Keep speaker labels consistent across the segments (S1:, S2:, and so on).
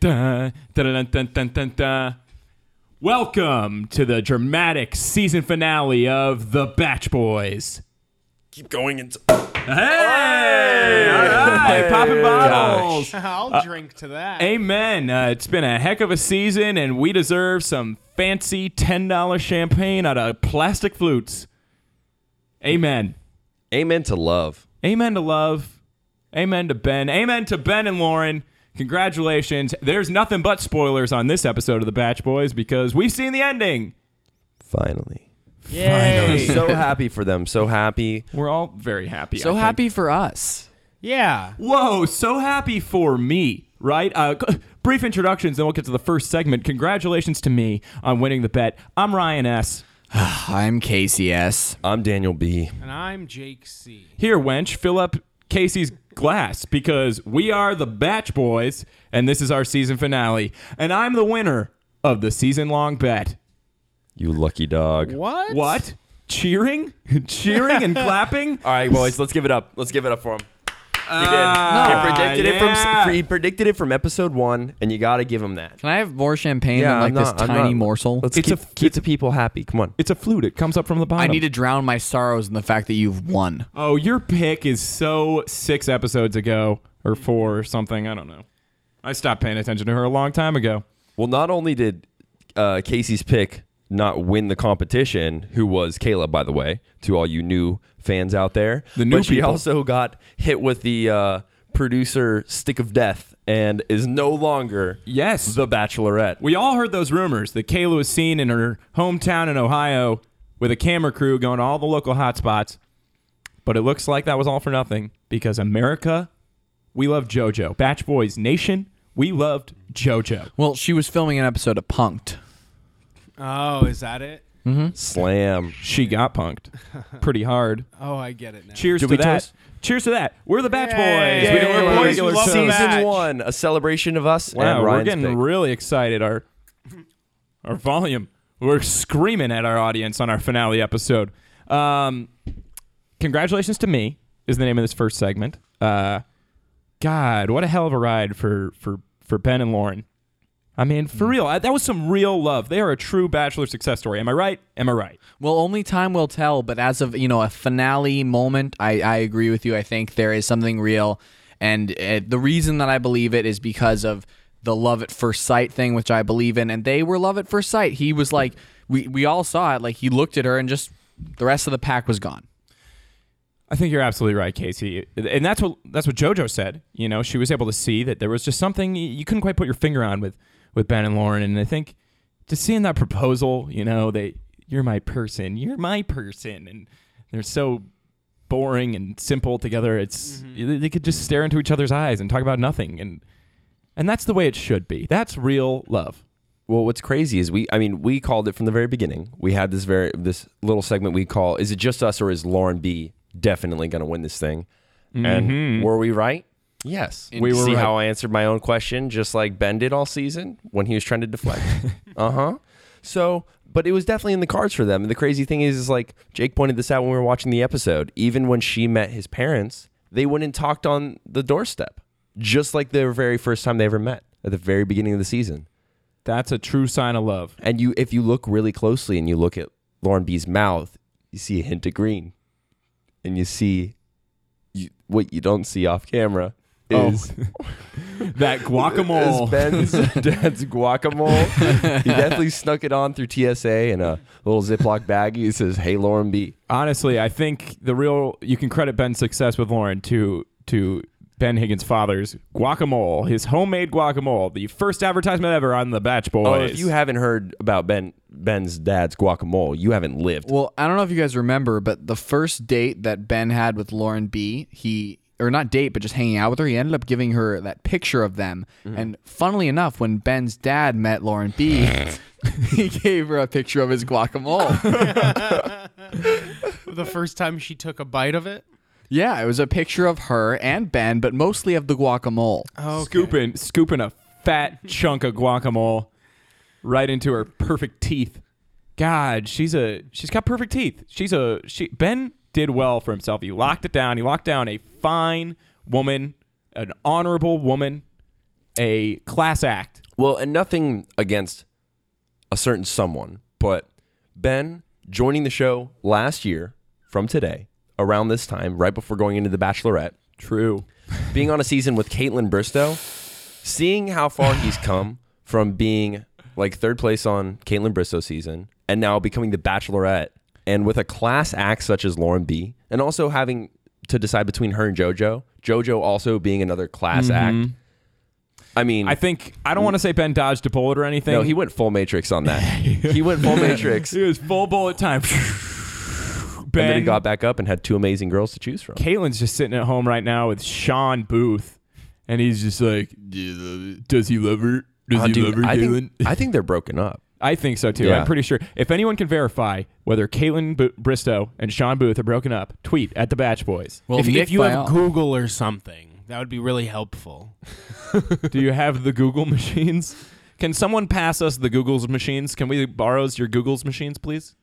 S1: Dun, dun, dun, dun, dun, dun. Welcome to the dramatic season finale of The Batch Boys.
S2: Keep going into.
S1: Hey! All right, popping bottles.
S3: I'll drink to that.
S1: Amen. Uh, it's been a heck of a season, and we deserve some fancy $10 champagne out of plastic flutes. Amen.
S2: Amen to love.
S1: Amen to love. Amen to Ben. Amen to Ben and Lauren. Congratulations. There's nothing but spoilers on this episode of The Batch Boys because we've seen the ending.
S2: Finally.
S1: Finally.
S2: So happy for them. So happy.
S1: We're all very happy. I
S4: So
S1: think.
S4: happy for us.
S3: Yeah.
S1: Whoa, so happy for me, right? Uh, c- brief introductions, then we'll get to the first segment. Congratulations to me on winning the bet. I'm Ryan S.
S4: I'm KCS.
S2: I'm Daniel B.
S3: And I'm Jake C.
S1: Here, wench, fill up Casey's glass because we are the Batch Boys, and this is our season finale. And I'm the winner of the season long bet.
S2: You lucky dog.
S3: What?
S1: What? Cheering? Cheering and clapping?
S2: All right, boys, let's give it up. Let's give it up for him. He did.
S1: Ah,
S2: he predicted it
S1: yeah.
S2: from he predicted it from episode one, and you got to give him that.
S4: Can I have more champagne
S2: Yeah,
S4: than like
S2: I'm
S4: this
S2: not- I'm
S4: tiny
S2: not-
S4: morsel?
S2: Let's
S1: It's
S2: keep,
S1: a f-
S2: keep the people happy. Come on.
S1: It's a flute. It comes up from the bottom.
S4: I need to drown my sorrows in the fact that you've won.
S1: Oh, your pick is so six episodes ago or four or something. I don't know. I stopped paying attention to her a long time ago.
S2: Well, not only did uh, Casey's pick not win the competition, who was Caleb, by the way, to all you new fans out there,
S1: The new
S2: but she
S1: people.
S2: also got hit with the uh, producer stick of death and is no longer
S1: Yes.
S2: the Bachelorette.
S1: we all heard those rumors that Kayla was seen in her hometown in Ohio with a camera crew going to all the local hotspots. But it looks like that was all for nothing because America, we love JoJo. Batch Boys Nation, we loved JoJo.
S4: Well, she was filming an episode of Punked.
S3: Oh, is that it?
S2: Slam.
S1: She got punked pretty hard.
S3: Oh, I get it now.
S1: Cheers
S2: Did
S1: to
S2: we
S1: that.
S2: toast?
S1: Cheers to that. We're the Batch
S3: Yay.
S1: Boys. We don't
S3: Yay.
S1: wear
S3: Boys,
S1: regular
S3: we love the
S1: toast.
S2: season
S3: batch.
S2: one, a celebration of us
S1: Wow,
S2: and
S1: we're
S2: Ryan's
S1: getting
S2: pick.
S1: really excited. Our our volume, we're screaming at our audience on our finale episode. Um, congratulations to me is the name of this first segment. Uh, God, what a hell of a ride for for for Ben and Lauren. I mean, for
S2: Mm.
S1: real, I, that was some real love. They are a true bachelor success story. Am I right? Am I right?
S4: Well, only time will tell, but as of, you know, a finale moment, I, I agree with you. I think there is something real. And uh, the reason that I believe it is because of the love at first sight thing, which I believe in. And they were love at first sight. He was like, we, we all saw it. Like, he looked at her and just the rest of the pack was gone.
S1: I think you're absolutely right, Casey, and that's what that's what JoJo said. You know, she was able to see that there was just something y- you couldn't quite put your finger on with with Ben and Lauren, and I think just seeing that proposal, you know, they you're my person, you're my person, and they're so boring and simple together. It's they- they could just stare into each other's eyes and talk about nothing, and and that's the way it should be. That's real love.
S2: Well, what's crazy is we I mean, we called it from the very beginning. We had this very this little segment we call is it just us or is Lauren B definitely going to win this thing? And were we right? Yes.
S1: We
S2: we
S1: were
S2: Mm-hmm. See
S1: right.
S2: how I answered my own question just like Ben did all season when he was trying to deflect. uh-huh. So, but it was definitely in the cards for them. And the crazy thing is is like Jake pointed this out when we were watching the episode. Even when she met his parents, they went and talked on the doorstep, just like their very first time they ever met at the very beginning of the season.
S1: That's a true sign of love.
S2: And you, if you look really closely and you look at Lauren B's mouth, you see a hint of green, and you see you, what you don't see off camera
S1: Oh.
S2: is,
S1: That guacamole.
S2: is Ben's dad's guacamole. he definitely snuck it on through TSA in a little Ziploc baggie. It says, "Hey, Lauren B."
S1: honestly, I think the real you can credit Ben's success with Lauren to to Ben Higgins' father's guacamole, his homemade guacamole, the first advertisement ever on the Batch Boys.
S2: Oh, if you haven't heard about Ben Ben's dad's guacamole, you haven't lived.
S4: Well, I don't know if you guys remember, but the first date that Ben had with Lauren B, he or not date, but just hanging out with her, he ended up giving her that picture of them.
S2: Mm-hmm.
S4: And funnily enough, when Ben's dad met Lauren B, he gave her a picture of his guacamole.
S3: The first time she took a bite of it.
S4: yeah, it was a picture of her and Ben, but mostly of the guacamole.
S3: Oh,
S1: scooping scooping a fat chunk of guacamole right into her perfect teeth. God, she's a she's got perfect teeth. She's a she Ben did well for himself. He locked it down. He locked down a fine woman, an honorable woman. a class act.
S2: Well, and nothing against a certain someone, but Ben joining the show last year from today, around this time, right before going into The Bachelorette,
S1: True.
S2: being on a season with Caitlin Bristow, seeing how far he's come from being like third place on Caitlin Bristow season and now becoming the Bachelorette, and with a class act such as Lauren B, and also having to decide between her and JoJo, JoJo also being another class act. I mean,
S1: Mm-hmm. I think I don't want to say Ben dodged a bullet or anything.
S2: Mm-hmm. no, he went full Matrix on that. he went full Matrix,
S1: He was full bullet time. ben
S2: and then he got back up and had two amazing girls to choose from.
S1: Caitlin's just sitting at home right now with Sean Booth, and he's just like, does he love her? Does
S2: Oh,
S1: he
S2: dude,
S1: love her,
S2: I,
S1: Caitlin?
S2: think, I think they're broken up.
S1: I think so too.
S2: Yeah.
S1: I'm pretty sure. If anyone can verify whether Caitlin Bo- Bristow and Sean Booth are broken up, tweet at the Batch Boys.
S4: Well,
S3: if,
S4: Nick
S3: if you have
S4: Viall-
S3: Google or something, that would be really helpful.
S1: Do you have the Google machines? Can someone pass us the Google's machines? Can we borrow your Google's machines, please?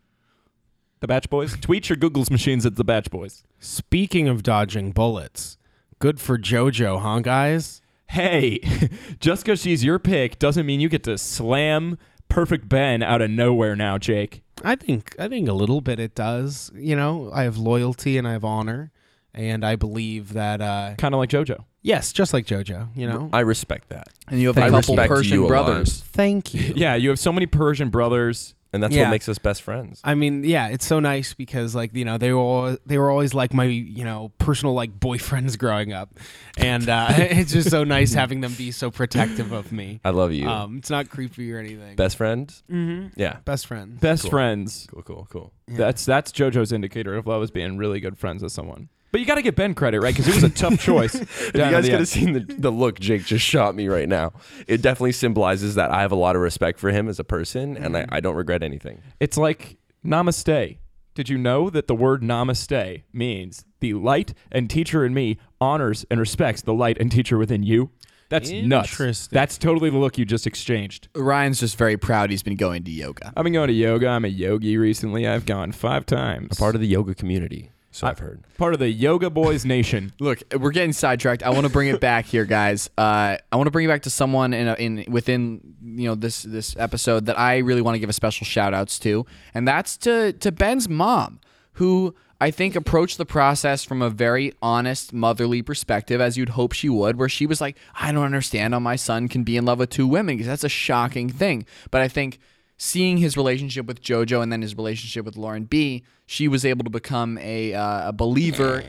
S1: The Batch Boys? Tweet your Google's machines at the Batch Boys.
S3: Speaking of dodging bullets, good for JoJo, huh, guys?
S1: Hey, just because she's your pick doesn't mean you get to slam Perfect Ben out of nowhere now, Jake.
S3: I think I think a little bit it does. You know, I have loyalty and I have honor, and I believe that uh,
S1: Kind of like JoJo.
S3: yes, just like JoJo, you know.
S2: I respect that,
S4: and you have
S2: I
S4: a couple
S2: respect you a
S4: Persian
S2: lot.
S4: brothers.
S3: Thank you.
S1: Yeah, you have so many Persian brothers.
S2: and that's
S3: Yeah.
S2: what makes us best friends.
S3: I mean, yeah, it's so nice because like you know they were all, they were always like my you know personal like boyfriends growing up, and uh, it's just so nice having them be so protective of me.
S2: I love you,
S3: Um, it's not creepy or anything.
S2: best friend.
S3: mm-hmm.
S2: Yeah,
S3: best friend.
S1: Best
S2: Cool.
S1: friends.
S2: cool, cool, cool.
S1: That's that's JoJo's indicator of love is being really good friends with someone. But you got to get Ben credit, right? Because it was a tough choice. down
S2: If you
S1: to
S2: guys
S1: the
S2: could
S1: end.
S2: have seen the, the look Jake just shot me right now, it definitely symbolizes that I have a lot of respect for him as a person, and I, I don't regret anything.
S1: It's like namaste. Did you know that the word namaste means the light and teacher in me honors and respects the light and teacher within you? That's nuts.
S3: Interesting.
S1: That's totally the look you just exchanged.
S4: Ryan's just very proud he's been going to yoga.
S1: I've been going to yoga. I'm a yogi recently. I've gone five times.
S2: Part of the yoga community, so I've heard.
S1: part of the Yoga Boys Nation.
S4: Look, we're getting sidetracked. I want to bring it back here, guys. Uh, I want to bring it back to someone in, a, in within you know this this episode that I really want to give a special shout outs to, and that's to to Ben's mom, who I think approached the process from a very honest motherly perspective, as you'd hope she would, where she was like, "I don't understand how my son can be in love with two women because that's a shocking thing." But I think seeing his relationship with JoJo and then his relationship with Lauren B, she was able to become a uh, a believer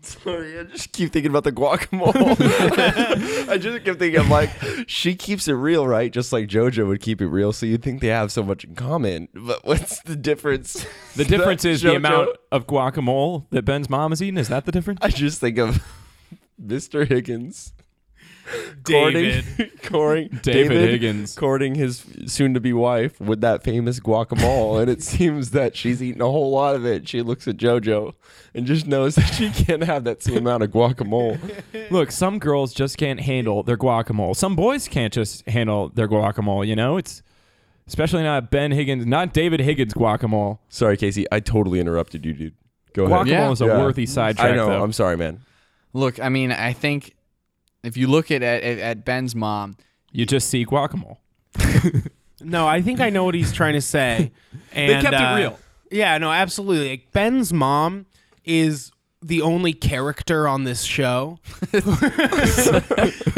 S2: Sorry, I just keep thinking about the guacamole. I just kept thinking, I'm like, she keeps it real, right? Just like JoJo would keep it real. So you'd think they have so much in common, but what's the difference?
S1: The difference
S2: That
S1: is the
S2: JoJo-
S1: amount of guacamole that Ben's mom is eating. Is that the difference?
S2: I just think of Mr. Higgins. Courting, courting
S1: David Higgins.
S2: courting his soon-to-be wife with that famous guacamole, and it seems that she's eaten a whole lot of it. She looks at JoJo and just knows that she can't have that same amount of guacamole.
S1: Look, some girls just can't handle their guacamole. Some boys can't just handle their guacamole, you know? It's especially not Ben Higgins, not David Higgins guacamole.
S2: Sorry, Casey, I totally interrupted you, dude. Go
S1: Guacamole
S2: ahead.
S4: Yeah.
S1: is a
S2: Yeah.
S1: worthy sidetrack,
S2: I know.
S1: though.
S2: I'm sorry, man.
S4: Look, I mean, I think if you look at at, at Ben's mom,
S1: you just see guacamole.
S3: No, I think I know what he's trying to say. And,
S1: kept it
S3: uh,
S1: real.
S3: Yeah, no, absolutely. Like, Ben's mom is the only character on this show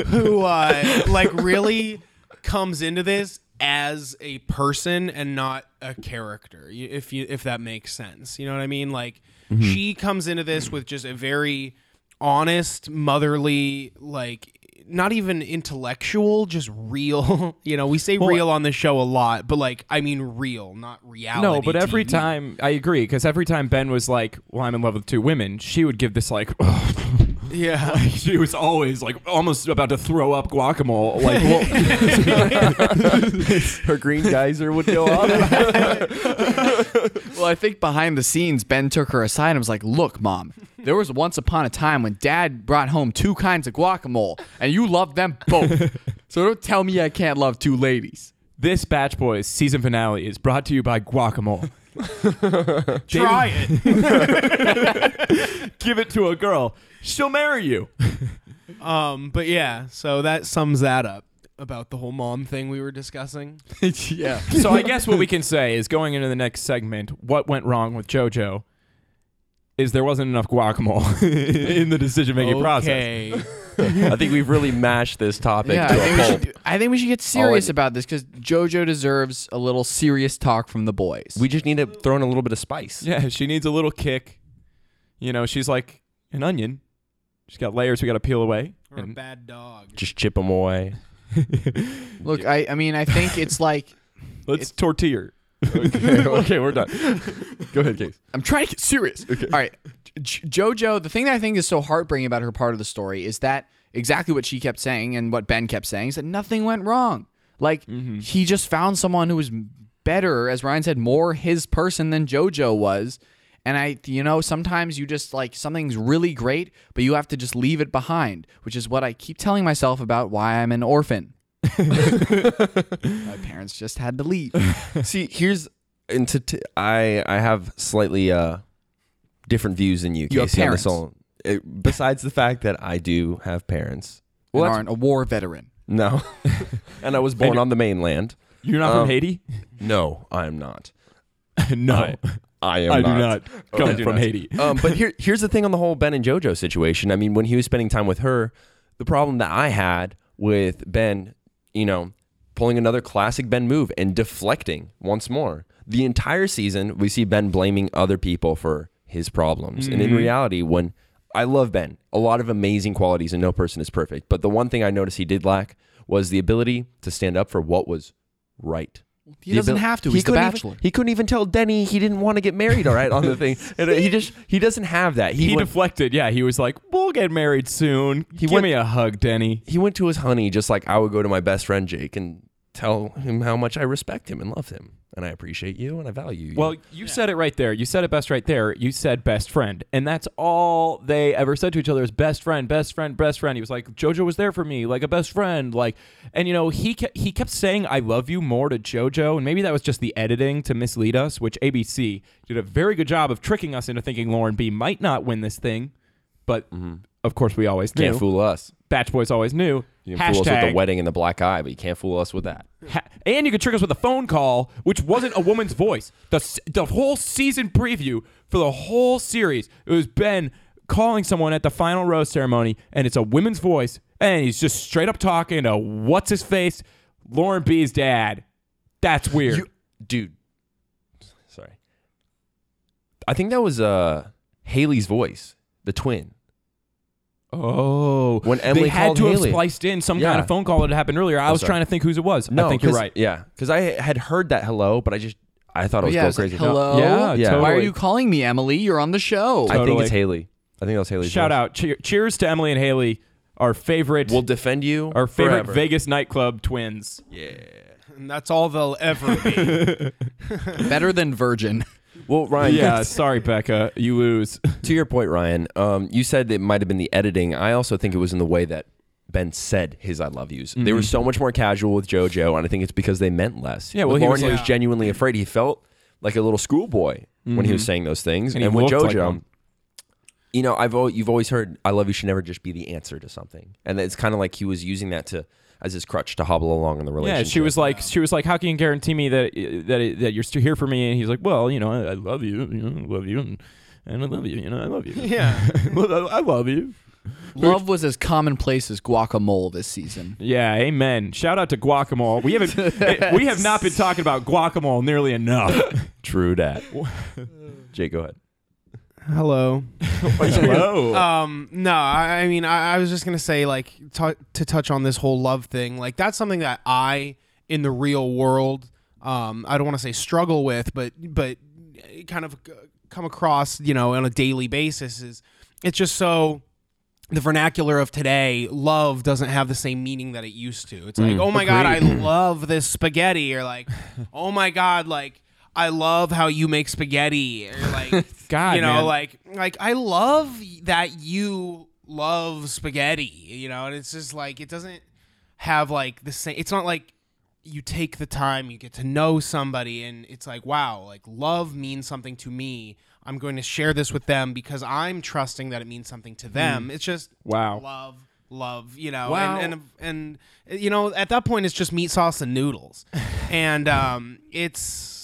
S3: who, uh, like, really comes into this as a person and not a character. y- If you if that makes sense, you know what I mean. Like,
S1: Mm-hmm.
S3: she comes into this with just a very honest, motherly, like. Not even intellectual, just real. You know, we say real on the show a lot, but like, I mean real, not reality.
S1: No, but every
S3: TV.
S1: time, I agree, because every time Ben was like, well, I'm in love with two women, she would give this like,
S3: Yeah.
S1: she was always like almost about to throw up guacamole. Like, well,
S2: Her green geyser would go off.
S4: well, I think behind the scenes, Ben took her aside and was like, "Look, mom, there was once upon a time when Dad brought home two kinds of guacamole, and you loved them both. so don't tell me I can't love two ladies."
S1: this Batch Boys season finale is brought to you by guacamole.
S3: Try it.
S1: give it to a girl, she'll marry you.
S3: Um, but yeah, so that sums that up about the whole mom thing we were discussing.
S4: yeah.
S1: so I guess what we can say is going into the next segment, what went wrong with JoJo is there wasn't enough guacamole in the decision making process.
S3: okay.
S2: I think we've really mashed this topic
S4: Yeah, I
S2: to a
S4: think, we
S2: pulp.
S4: should, I think we should get serious about this because JoJo deserves a little serious talk from the boys.
S2: We just need to throw in a little bit of spice.
S1: Yeah, she needs a little kick. You know, she's like an onion. She's got layers we got to peel away.
S3: Or a
S1: And
S3: bad dog.
S2: Just chip them away.
S4: Look, I, I mean, I think it's like
S1: let's tortilla. her.
S2: okay, okay, we're done. Go ahead, Case.
S4: I'm trying to get serious. All right. J- JoJo, the thing that I think is so heartbreaking about her part of the story is that exactly what she kept saying and what Ben kept saying is that nothing went wrong. Like,
S2: Mm-hmm.
S4: he just found someone who was better, as Ryan said, more his person than JoJo was. And I, you know, sometimes you just like something's really great, but you have to just leave it behind, which is what I keep telling myself about why I'm an orphan. My parents just had to leave.
S2: See, here's and to, to I I have slightly uh different views than you,
S4: You have
S2: Casey, on
S4: parents.
S2: this whole- it- besides the fact that I do have parents.
S4: Well,
S2: that's-
S4: aren't a war veteran.
S2: No. and I was born on the mainland.
S1: You're not
S2: Um,
S1: from Haiti?
S2: No, I am not.
S1: no.
S2: I, I am
S1: I do
S2: not.
S1: not
S2: I
S1: come
S2: do
S1: from
S2: not.
S1: Haiti.
S2: um, but here, here's the thing on the whole Ben and JoJo situation. I mean, when he was spending time with her, the problem that I had with Ben, you know, pulling another classic Ben move and deflecting once more. The entire season, we see Ben blaming other people for his problems. And
S1: Mm-hmm.
S2: in reality, when I love Ben, a lot of amazing qualities, and no person is perfect. But the one thing I noticed he did lack was the ability to stand up for what was right.
S4: He
S2: The
S4: doesn't
S2: abil-
S4: have to.
S2: He
S4: He's the
S2: couldn't even-
S4: bachelor.
S2: he couldn't even tell Denny he didn't want to get married. All right, on the thing, and, uh, he just he doesn't have that. He
S1: He
S2: went,
S1: deflected. Yeah, he was like, "We'll get married soon. Give
S2: went-
S1: me a hug, Denny."
S2: he went to his honey just like I would go to my best friend Jake and tell him how much I respect him and love him and I appreciate you and I value you.
S1: Well, you said it right there. You said it best right there. You said best friend. And that's all they ever said to each other is best friend, best friend, best friend. He was like, "Jojo was there for me, like a best friend." Like and you know, he kept, he kept saying I love you more to Jojo, and maybe that was just the editing to mislead us, which ABC did a very good job of tricking us into thinking Lauren B might not win this thing, but
S2: Mm-hmm.
S1: of course we always knew.
S2: can't fool us.
S1: Batch Boys always knew.
S2: You can fool us with the
S1: Hashtag
S2: wedding and the black eye, but you can't fool us with that.
S1: Ha- and you could trick us with a phone call, which wasn't a woman's voice. The s- the whole season preview for the whole series, it was Ben calling someone at the final rose ceremony, and it's a woman's voice, and he's just straight up talking to what's his face, Lauren B's dad. That's weird.
S2: You, dude. Sorry. I think that was uh Haley's voice, the twin.
S1: oh,
S2: When
S1: they
S2: Emily
S1: had
S2: called
S1: to
S2: Haley.
S1: have spliced in some
S2: Yeah.
S1: kind of phone call that had happened earlier. I was
S2: sorry.
S1: trying to think whose it was. I think you're
S2: 'cause-
S1: right.
S2: Yeah, because I had heard that hello, but I just I thought it was
S4: Oh, yeah,
S2: Go
S4: it's
S2: crazy.
S4: Like, Hello.
S1: Yeah,
S2: Yeah.
S1: totally.
S4: Why are you calling me Emily? You're on the show.
S2: I think
S1: Totally.
S2: it's Haley. I think that was Haley.
S1: Shout out, cheer, cheers to Emily and Haley, our favorite,
S2: We'll defend you.
S1: our favorite
S2: forever.
S1: Vegas nightclub twins.
S2: Yeah.
S3: And that's all they'll ever be.
S4: Better than virgin.
S2: Well, Ryan.
S1: yeah, sorry, Becca, you lose.
S2: To your point, Ryan. Um, you said that it might have been the editing. I also think it was in the way that Ben said his "I love yous." They were so much more casual with JoJo, and I think it's because they meant less.
S1: Mm-hmm. Yeah, well,
S2: With
S1: he
S2: Lauren,
S1: was like-
S2: genuinely afraid. He felt like a little schoolboy when he was saying those things,
S1: Mm-hmm. And
S2: and,
S1: he
S2: with
S1: looked like
S2: JoJo.
S1: one.
S2: you know, I've al- you've always heard "I love you" should never just be the answer to something, and it's kind of like he was using that to as his crutch to hobble along in the
S1: Yeah,
S2: relationship.
S1: she was like, she was like, how can you guarantee me that that that you're still here for me? And he's like, well, you know, I, I love you, you know, I love you, and, and I love you, you know, I love you,
S3: yeah.
S1: Well, I I love you.
S4: Love was as commonplace as guacamole this season.
S1: Yeah, amen. Shout out to guacamole. We haven't, eh, we have not been talking about guacamole nearly enough.
S2: True dat. Jake, go ahead.
S3: Hello.
S1: Hello.
S3: Um, no, I, I mean, I, I was just gonna say, like, t- to touch on this whole love thing, like, that's something that I, in the real world, um, I don't want to say struggle with, but but kind of uh, come across, you know, on a daily basis is it's just so the vernacular of today, love doesn't have the same meaning that it used to. It's
S1: Mm,
S3: like, oh my god, I love this spaghetti, or like, oh my god, like I love how you make spaghetti, or like,
S1: God,
S3: you know,
S1: man.
S3: like, like I love that you love spaghetti, you know, and it's just like it doesn't have like the same. It's not like you take the time, you get to know somebody, and it's like, wow, like love means something to me. I'm going to share this with them because I'm trusting that it means something to them. It's just
S1: Mm. Wow.
S3: love love, you know.
S1: Wow.
S3: And, and and you know, at that point, it's just meat sauce and noodles, and um, it's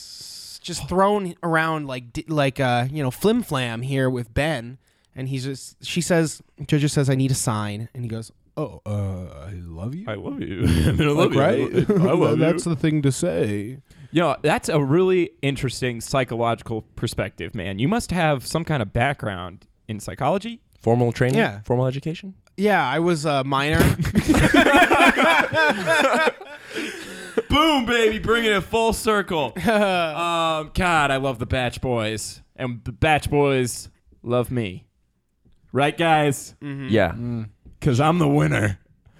S3: just thrown around like di- like uh, you know, flim flam here with Ben, and he's just she says, JoJo says, I need a sign, and he goes, Oh, uh, I love you.
S1: I love you. I mean, I love you.
S3: right?
S1: I love you.
S3: the thing to say.
S1: You know, that's a really interesting psychological perspective, man. You must have some kind of background in psychology.
S2: Formal training,
S3: Yeah.
S2: formal education.
S3: Yeah, I was a minor.
S1: Boom, baby, bringing it full circle. um, God, I love the Batch Boys, and the Batch Boys love me, right, guys?
S2: Yeah,
S1: Because I'm the winner. Mm. I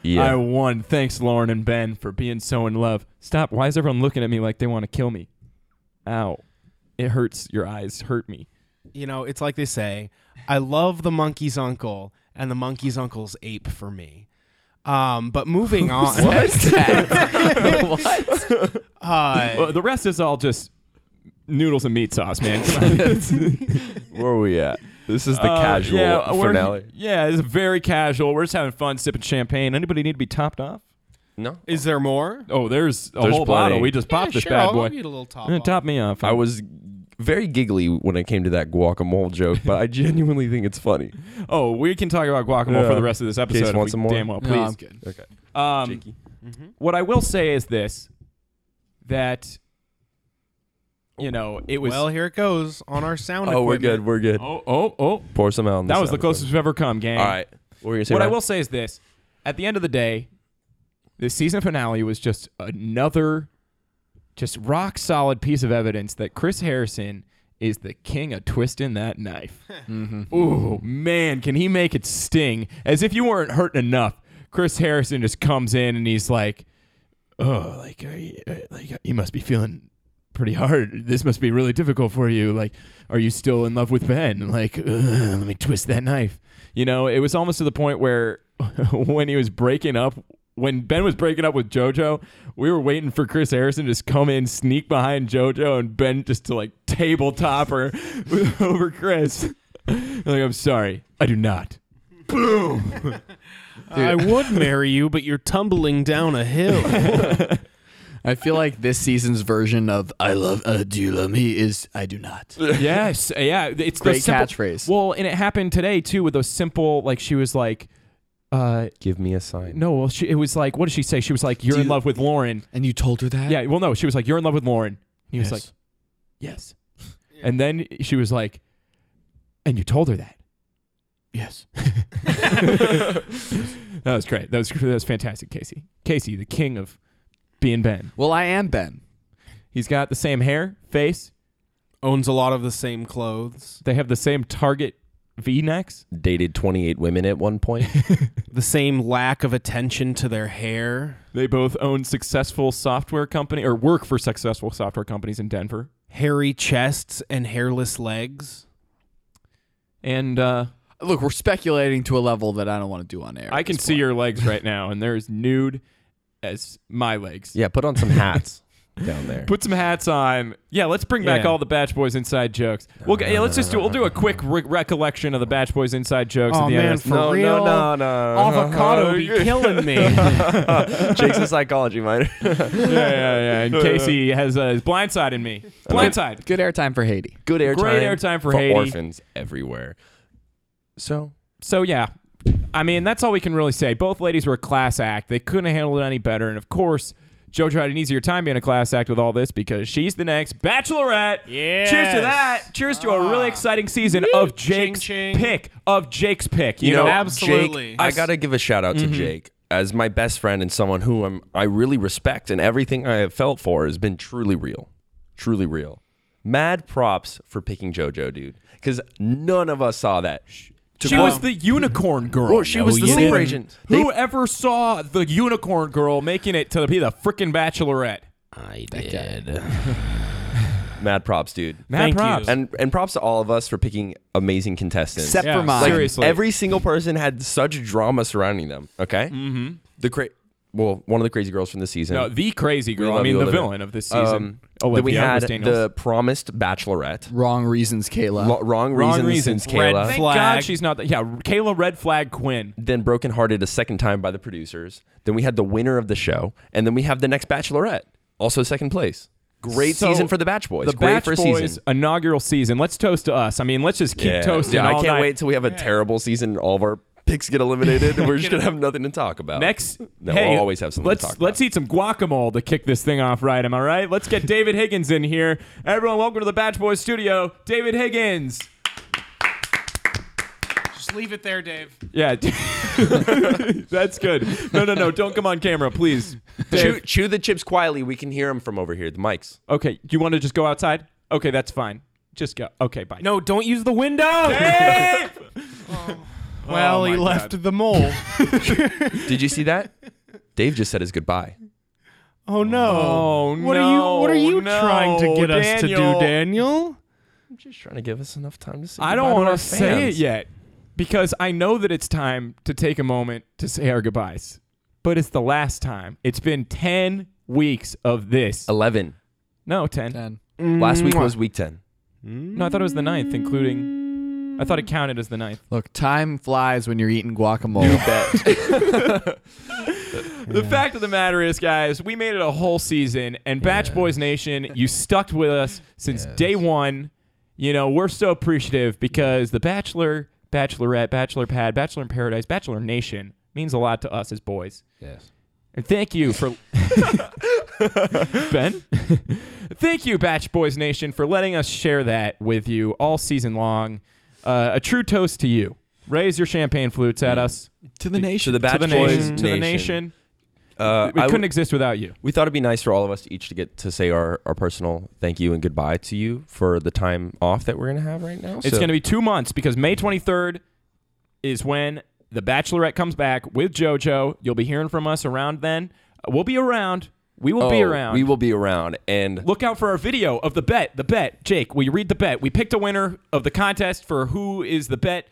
S2: Mm. yeah.
S1: won. Thanks, Lauren and Ben, for being so in love. Stop. Why is everyone looking at me like they want to kill me? Ow, it hurts. Your eyes hurt me.
S3: you know, it's like they say, I love the monkey's uncle and the monkey's uncle's ape for me. Um, but moving on,
S4: what?
S1: Well,
S2: Eh.
S3: Uh,
S1: the rest is all just noodles and meat sauce, man.
S2: Where are we at? This is the
S1: Uh,
S2: casual
S1: we're-
S2: finale.
S1: Yeah, it's very casual. We're just having fun sipping champagne. Anybody need to be topped off?
S2: No,
S3: is there more?
S1: Oh, there's a
S2: There's
S1: whole bottle.
S2: plenty.
S1: We just popped
S3: Yeah,
S1: this
S3: sure,
S1: bad
S3: I'll
S1: boy.
S3: give you a little top
S1: Eh,
S3: off.
S1: top me off.
S2: I was very giggly when it came to that guacamole joke, but I genuinely think it's funny.
S1: Oh, we can talk about guacamole for
S2: Yeah.
S1: the rest of this episode. if
S2: want
S1: we
S2: some more?
S1: Damn well,
S4: No, I'm
S1: please.
S4: good.
S2: Okay.
S1: um,
S3: Mm-hmm.
S1: what I will say is this: that you know, it was.
S3: well, here it goes on our sound.
S2: Oh, we're good.
S3: equipment.
S2: We're good.
S1: oh, oh, oh!
S2: Pour some out. on
S1: That was the
S2: sound
S1: closest we've ever come, gang.
S2: equipment. All right. What were you gonna say?
S1: what I
S2: Ryan?
S1: will say is this: at the end of the day, this season finale was just another, just rock solid piece of evidence that Chris Harrison is the king of twisting that knife. Ooh man, can he make it sting? As if you weren't hurting enough, Chris Harrison just comes in and he's like, "Oh, like, are you, uh, like you must be feeling." Pretty hard. This must be really difficult for you. Like, are you still in love with Ben? Like, ugh, let me twist that knife. You know, it was almost to the point where when he was breaking up, when Ben was breaking up with JoJo, we were waiting for Chris Harrison to just come in, sneak behind JoJo, and Ben just to like tabletop her with- over Chris. like, I'm sorry, I do not.
S3: I would marry you, but you're tumbling down a hill.
S4: I feel like this season's version of "I love, uh, do you love me?" is "I do not."
S1: yes, yeah, it's
S4: Great
S1: those simple-
S4: catchphrase.
S1: Well, and it happened today too with those simple like she was like, uh,
S2: give me a sign.
S1: no, well, she, it was like, what did she say? She was like, you're
S4: Do
S1: in
S4: you-
S1: love with Lauren.
S4: And you told her that?
S1: Yeah, well, no, she was like, "You're in love with Lauren." He was
S4: Yes.
S1: like, "Yes," and then she was like, "And you told her that."
S4: Yes.
S1: That was great. That was that was fantastic, Casey. Casey, the king of being Ben.
S4: Well, I am Ben.
S1: He's got the same hair, face.
S3: Owns a lot of the same clothes,
S1: They have the same target V necks.
S2: Dated 28 women at one point.
S3: the same lack of attention to their hair,
S1: They both own successful software company or work for successful software companies in Denver.
S3: hairy chests, and hairless legs.
S1: And uh,
S4: Look, we're speculating to a level that I don't want to do on air.
S1: I can see your legs right now, and they're as nude as my legs.
S2: yeah, put on some hats down there.
S1: Put some hats on. Yeah, let's bring back
S3: Yeah.
S1: all the Batch Boys inside jokes. We'll yeah, let's just do we'll do a quick re- recollection of the Batch Boys inside jokes.
S3: Oh
S1: at the end
S3: man,
S1: of
S3: for
S1: this.
S2: no,
S3: real,
S2: no, no, no.
S3: avocado
S1: Oh,
S3: be killing me.
S2: Jake's a psychology minor.
S1: yeah, yeah, yeah. And Casey has uh, is blindsided me. Blindside.
S4: good airtime for Haiti.
S2: Good airtime.
S1: Great airtime for Haiti.
S2: orphans everywhere. So
S1: So yeah, I mean that's all we can really say. Both ladies were a class act. They couldn't have handled it any better. And of course, JoJo had an easier time being a class act with all this because she's the next Bachelorette. Yeah. Cheers to that. Cheers to a really exciting season of Jake's
S3: Ching, ching.
S1: pick. Of Jake's pick. You,
S2: you know,
S1: know, Mm-hmm.
S3: absolutely.
S2: Jake, I gotta give a shout out to Jake as my best friend and someone who I'm, I really respect, and everything I have felt for has been truly real, truly real. Mad props for picking JoJo, dude, because none of us saw that. To
S1: She
S2: go-
S1: was the unicorn girl.
S2: Well, she was the
S1: you
S2: sleeper
S1: didn't.
S2: agent. They-
S1: Whoever saw the unicorn girl making it to be the freaking bachelorette?
S2: mad props, dude.
S1: Mad
S3: Thank you.
S1: props.
S2: And and props to all of us for picking amazing contestants.
S4: Except
S1: Yeah,
S4: for mine.
S2: like,
S1: seriously.
S2: every single person had such drama surrounding them. Okay, mm-hmm. the cra- well, one of the crazy girls from the season.
S1: No, the crazy girl. I
S2: love
S1: mean,
S2: you,
S1: the
S2: Olivia.
S1: villain of this season.
S2: um,
S1: Olivia
S2: then we had
S1: Rhys oh, Daniels.
S2: the promised bachelorette.
S4: Wrong reasons, Kayla.
S2: Lo- wrong,
S1: wrong
S2: reasons,
S1: reasons.
S2: since Kayla.
S1: Thank God
S3: flag.
S1: she's not. That. Yeah, Kayla Red Flag Quinn.
S2: then brokenhearted a second time by the producers. Then we had the winner of the show, and then we have the next Bachelorette, also second place. Great
S1: So,
S2: season for the Batch Boys.
S1: The
S2: Great
S1: Batch
S2: first
S1: Boys
S2: season.
S1: inaugural season. Let's toast to us. I mean, let's just keep
S2: Yeah.
S1: toasting.
S2: Dude, I
S1: all
S2: can't
S1: night.
S2: wait till we have a terrible season and all of our picks get eliminated, and we're just gonna have nothing to talk about.
S1: Next,
S2: no,
S1: hey,
S2: we'll always have something
S1: Let's
S2: to talk
S1: let's
S2: about.
S1: eat some guacamole to kick this thing off right. Am I right? Let's get David Higgins in here. Everyone, welcome to the Batch Boys studio. David Higgins.
S3: Just leave it there, Dave.
S1: Yeah, that's good. No, no, no. Don't come on camera, please.
S2: Chew,
S1: Dave.
S2: chew the chips quietly. We can hear them from over here. The mics.
S1: Okay, you want to just go outside? Okay, that's fine. Just go. Okay, bye.
S3: No, don't use the window.
S1: Hey!
S3: Well,
S1: Oh
S3: he
S1: my
S3: left the mole.
S2: Did you see that? Dave just said his goodbye.
S3: Oh no.
S1: Oh,
S3: What are you what are you
S1: no,
S3: trying to get us to do,
S1: Daniel.
S3: Daniel?
S2: I'm just trying to give us enough time to say.
S1: I don't
S2: want to
S1: want to say it yet because I know that it's time to take a moment to say our goodbyes. But it's the last time. It's been 10 weeks of this.
S2: Eleven.
S1: No, 10.
S4: Ten.
S2: Last week was week ten.
S1: No, I thought it was the ninth, including. I thought it counted as the ninth.
S4: Look, time flies when you're eating
S2: Oh.
S4: guacamole.
S1: The fact of the matter is, guys, we made it a whole season, and Batch Boys Nation, you stuck with us since day one. You know, we're so appreciative because the Bachelor, Bachelorette, Bachelor Pad, Bachelor in Paradise, Bachelor Nation means a lot to us as boys.
S2: Yes.
S1: And thank you for Ben. thank you, Batch Boys Nation, for letting us share that with you all season long. Uh, a true toast to you. Raise your champagne flutes at us
S4: to the nation.
S2: To the Batch
S1: to the
S2: Boys
S1: nation, to the nation.
S2: Uh,
S1: We
S2: I
S1: couldn't
S2: w-
S1: exist without you.
S2: we thought it'd be nice for all of us each to get to say our, our personal thank you and goodbye to you for the time off that we're gonna have right now.
S1: It's going to be two months because May 23rd is when The Bachelorette comes back with JoJo. You'll be hearing from us around then. Uh, We'll be around. We will be around.
S2: Oh, We will be around, and
S1: Look out for our video of the bet. The bet. Jake, will you read the bet? We picked a winner of the contest for who is the bet.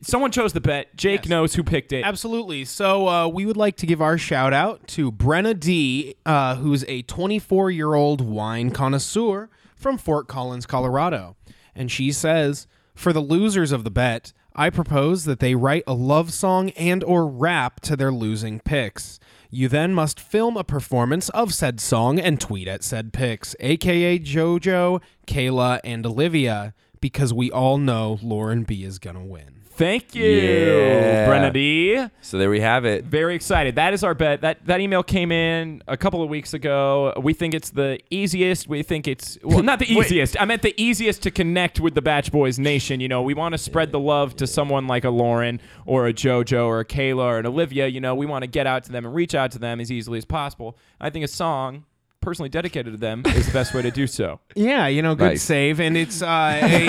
S1: Someone chose the bet. Jake
S3: Yes.
S1: knows who picked it.
S3: Absolutely. So uh, we would like to give our shout out to Brenna D, uh, who's a 24 year old wine connoisseur from Fort Collins, Colorado. And she says, For the losers of the bet, I propose that they write a love song and or rap to their losing picks. You then must film a performance of said song and tweet at said picks, aka JoJo, Kayla, and Olivia, because we all know Lauren B is gonna win.
S1: Thank you,
S2: Yeah.
S1: Brenna D.
S2: so there we have it.
S1: Very excited. That is our bet. That that email came in a couple of weeks ago. We think it's the easiest. We think it's well, not the easiest. I meant the easiest to connect with the Batch Boys Nation. You know, we want to spread the love to someone like a Lauren or a JoJo or a Kayla or an Olivia. You know, we want to get out to them and reach out to them as easily as possible. I think a song personally dedicated to them is the best way to do so.
S3: Yeah, you know, good
S2: Nice.
S3: save, and it's uh, a,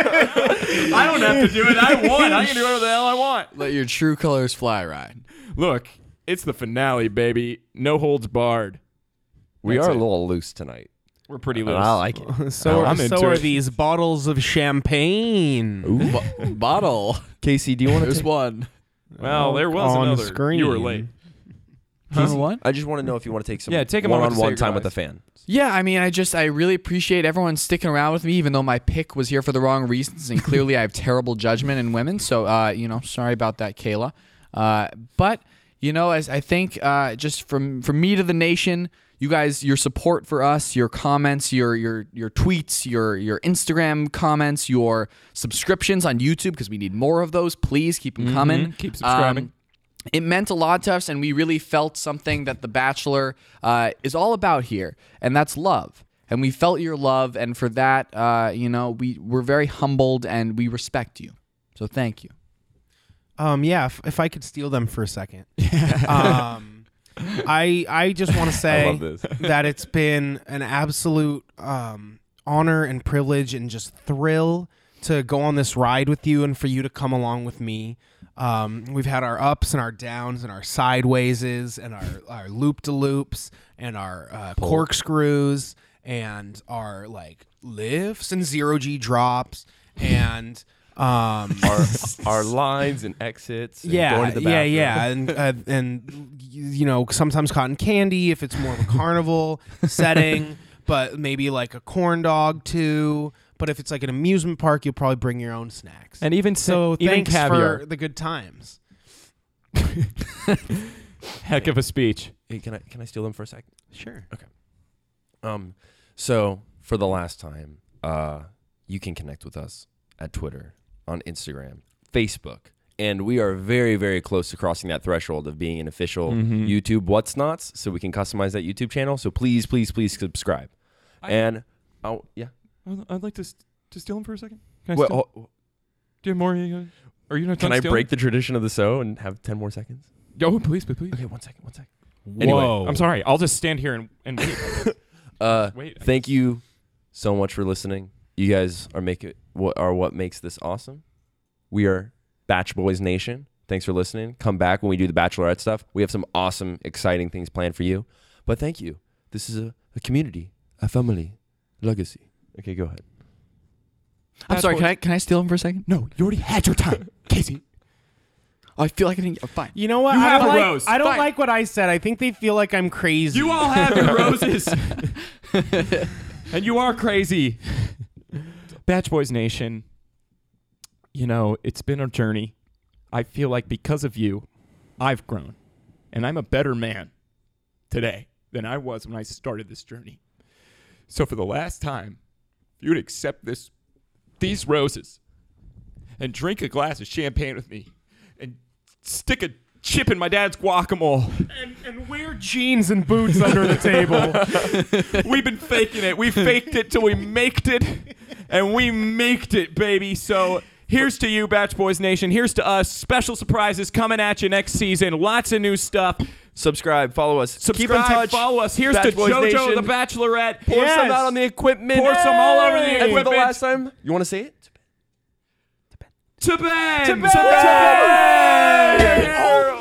S1: I don't have to do it. I want. I can do whatever the hell I want.
S4: Let your true colors fly, Ryan.
S1: Look, it's the finale, baby. No holds barred.
S2: We
S1: That's
S2: are
S1: it.
S2: a little loose tonight.
S1: We're pretty
S2: And
S1: loose.
S2: I like it.
S3: so,
S1: I'm
S3: are,
S1: into
S3: so are
S1: it.
S3: these bottles of champagne.
S4: B- bottle.
S2: Casey, do you want
S4: There's
S2: to?
S4: one.
S1: Well, there was
S3: on
S1: another.
S3: screen.
S1: You were late.
S4: Huh? One?
S2: I just want to know if you want to take some.
S1: Yeah, take a moment to say
S2: one-on-one time
S1: goodbyes.
S2: with the fan.
S4: Yeah, I mean, I just I really appreciate everyone sticking around with me, even though my pick was here for the wrong reasons, and clearly I have terrible judgment in women. So, uh, you know, sorry about that, Kayla. Uh, but you know, as I think, uh, just from from me to the nation, you guys, your support for us, your comments, your your your tweets, your your Instagram comments, your subscriptions on YouTube because we need more of those. Please keep them coming. Um,
S1: Keep subscribing.
S4: it meant a lot to us, and we really felt something that The Bachelor uh, is all about here, and that's love. And we felt your love, and for that, uh, you know, we we're very humbled, and we respect you. So thank you.
S3: Um, yeah, if, if I could steal them for a second. um, I I just want to say
S2: love this.
S3: that it's been an absolute um, honor and privilege and just thrill to go on this ride with you and for you to come along with me. Um, we've had our ups and our downs and our sidewayses and our, our loop de loops and our uh, corkscrews and our like lifts and zero G drops and Um,
S2: our, our lines and exits. And
S3: yeah,
S2: going to the
S3: yeah,
S2: bathroom.
S3: yeah, and uh, and you know sometimes cotton candy if it's more of a carnival setting, but maybe like a corn dog too. But if it's like an amusement park, you'll probably bring your own snacks.
S1: And even
S3: so,
S1: so, even
S3: thanks
S1: caviar.
S3: for the good times.
S1: Heck of a speech.
S2: Hey, can I can I steal them for a sec?
S3: Sure.
S2: Um, so for the last time, uh, you can connect with us at Twitter, on Instagram, Facebook, and we are very, very close to crossing that threshold of being an official
S1: Mm-hmm.
S2: YouTube What's Nots, so we can customize that YouTube channel. So please, please, please subscribe.
S1: I-
S2: and oh yeah,
S1: I'd, I'd like to s- to steal him for a second. Can I
S2: Wait,
S1: steal-
S2: oh, oh,
S1: do you have more? You guys- Are you not
S2: can
S1: done
S2: I
S1: stealing?
S2: break the tradition of the so and have ten more seconds?
S1: Oh, please, please, please.
S2: Okay, one second, one second. Anyway,
S1: Whoa. I'm sorry. I'll just stand here and, and wait.
S2: Uh,
S1: wait.
S2: thank you so much for listening. You guys are make it what are what makes this awesome. We are Batch Boys Nation. Thanks for listening. Come back when we do the Bachelorette stuff. We have some awesome, exciting things planned for you. But thank you. This is a, a community, a family, legacy. Okay, go ahead.
S4: I'm
S1: That's
S4: sorry.
S1: what-
S4: Can I can I steal him for a second?
S1: No, you already had your time, Casey.
S4: Oh, I feel like I didn't. Oh, fine.
S3: You know what?
S1: You
S3: I
S1: have
S3: don't
S1: a
S3: like,
S1: rose.
S3: I don't
S1: Fine.
S3: like what I said. I think they feel like I'm crazy.
S1: You all have your roses. and you are crazy. Batch Boys Nation, you know, it's been a journey. I feel like because of you, I've grown. And I'm a better man today than I was when I started this journey. So for the last time, if you would accept this these roses and drink a glass of champagne with me and stick a chip in my dad's guacamole.
S3: and, and wear jeans and boots under the table.
S1: We've been faking it. We faked it till we maked it, and we maked it, baby. So here's to you, Batch Boys Nation. Here's to us. Special surprises coming at you next season. Lots of new stuff.
S2: Subscribe, follow us,
S1: Subscribe,
S2: keep in touch,
S1: follow us. Here's to
S2: Batch Boys
S1: JoJo
S2: Nation.
S1: the Bachelorette.
S2: Pour some
S3: Yes.
S2: out on the equipment.
S1: Pour some all over the
S2: And for the
S1: equipment.
S2: last time, you want to say it?
S1: To Ben!
S2: To Ben!
S1: To Ben!